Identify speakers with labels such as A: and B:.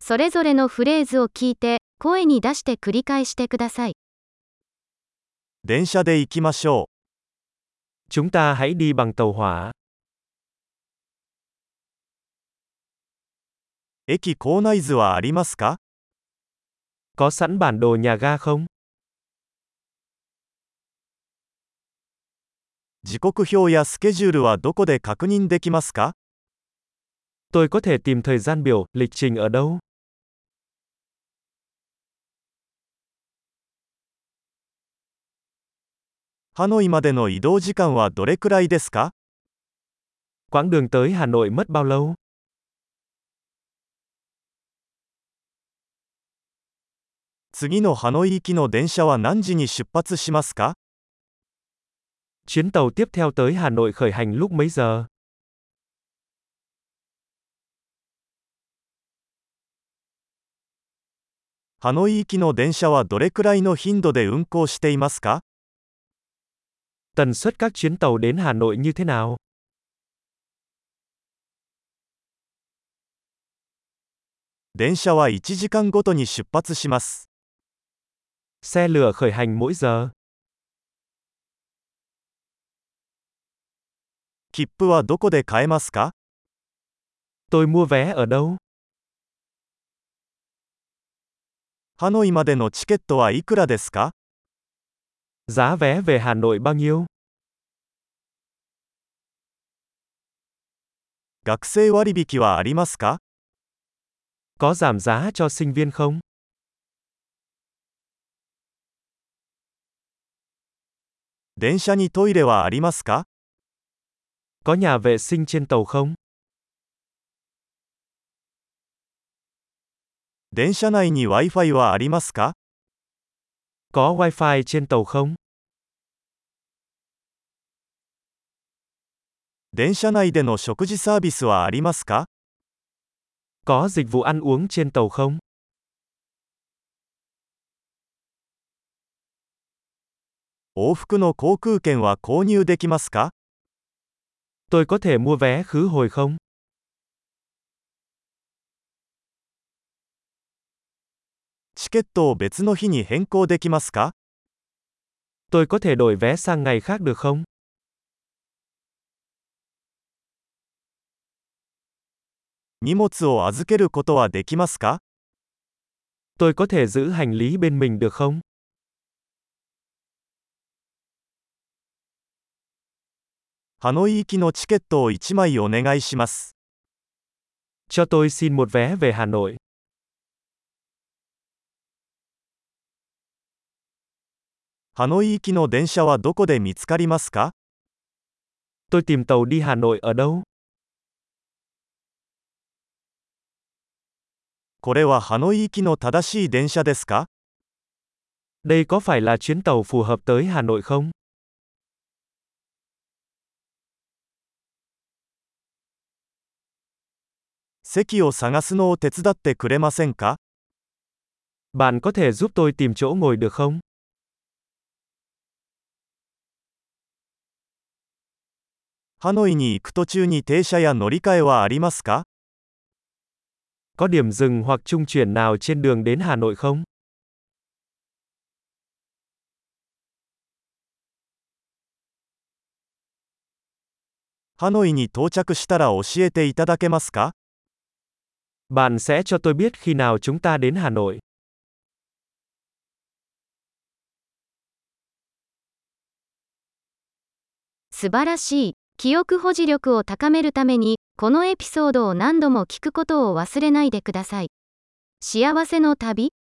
A: それぞれのフレーズを聞いて、声に出して繰り返してください。
B: 電車で行きましょ
C: Chúng ta hãy đi bằng tàu hỏa.
B: う。駅構内図はありますか
C: Có sẵn bản đồ nhà ga không?
B: 時刻表やスケジュールはどこで確認できますか
C: Tôi có thể tìm thời gian biểu, lịch trình ở đâu?
B: ハノイまでの移動時間はどれくらいですか
C: Quãng đường tới Hà Nội mất bao lâu?
B: 次のハノイ行きの電車は何時に出発しますか
C: Chuyến tàu tiếp theo tới Hà Nội khởi hành lúc mấy giờ?
B: ハノイ行きの電車はどれくらいの頻度で運行していますか
C: Tần suất các chuyến tàu đến Hà Nội như thế nào?
B: 電車は1時間ごとに出発します。
C: Xe lửa khởi hành mỗi giờ.
B: 切符はどこで買えますか
C: Tôi mua vé ở đâu?
B: ハノイまでのチケットはいくらですか
C: Giá vé về Hà Nội bao nhiêu?
B: 学生割引はありますか
C: Có giảm giá cho sinh viên không?
B: 電車にトイレはありますか
C: Có nhà vệ sinh trên tàu không?
B: 電車内に Wi-Fi はありますか
C: Có wifi trên tàu không?
B: 電車内での食事サービスはありますか
C: Có dịch vụ ăn uống trên tàu không?
B: 往復の航空券は購入できますか
C: Tôi có thể mua vé khứ hồi không?
B: チケットを別の日に変更できますか
C: Tôi có thể đổi vé sang ngày khác được không?
B: 荷物を預けることはできますか
C: Tôi có thể giữ hành lý bên mình được không?
B: ハノイ行きのチケットを1枚お願いします。
C: Cho tôi xin một vé về Hà Nội.
B: ハノイ行きの電車はどこで見つかりますか
C: Tôi tìm tàu đi Hà Nội ở đâu?
B: これはハノイ行きの正しい電車ですか
C: Đây có phải là chuyến tàu phù hợp tới Hà Nội không?
B: 席を探すのを手伝ってくれませんか
C: Bạn có thể giúp tôi tìm chỗ ngồi được không?
B: ハノイに行く途中に停車や乗り換えはありますか
C: Có điểm dừng hoặc trung chuyển nào trên đường đến Hà Nội không?
B: ハノイに到着したら教えていただけますか
C: Bạn sẽ cho tôi biết khi nào chúng ta đến Hà Nội.
A: 素晴らしい。記憶保持力を高めるために、このエピソードを何度も聞くことを忘れないでください。幸せの旅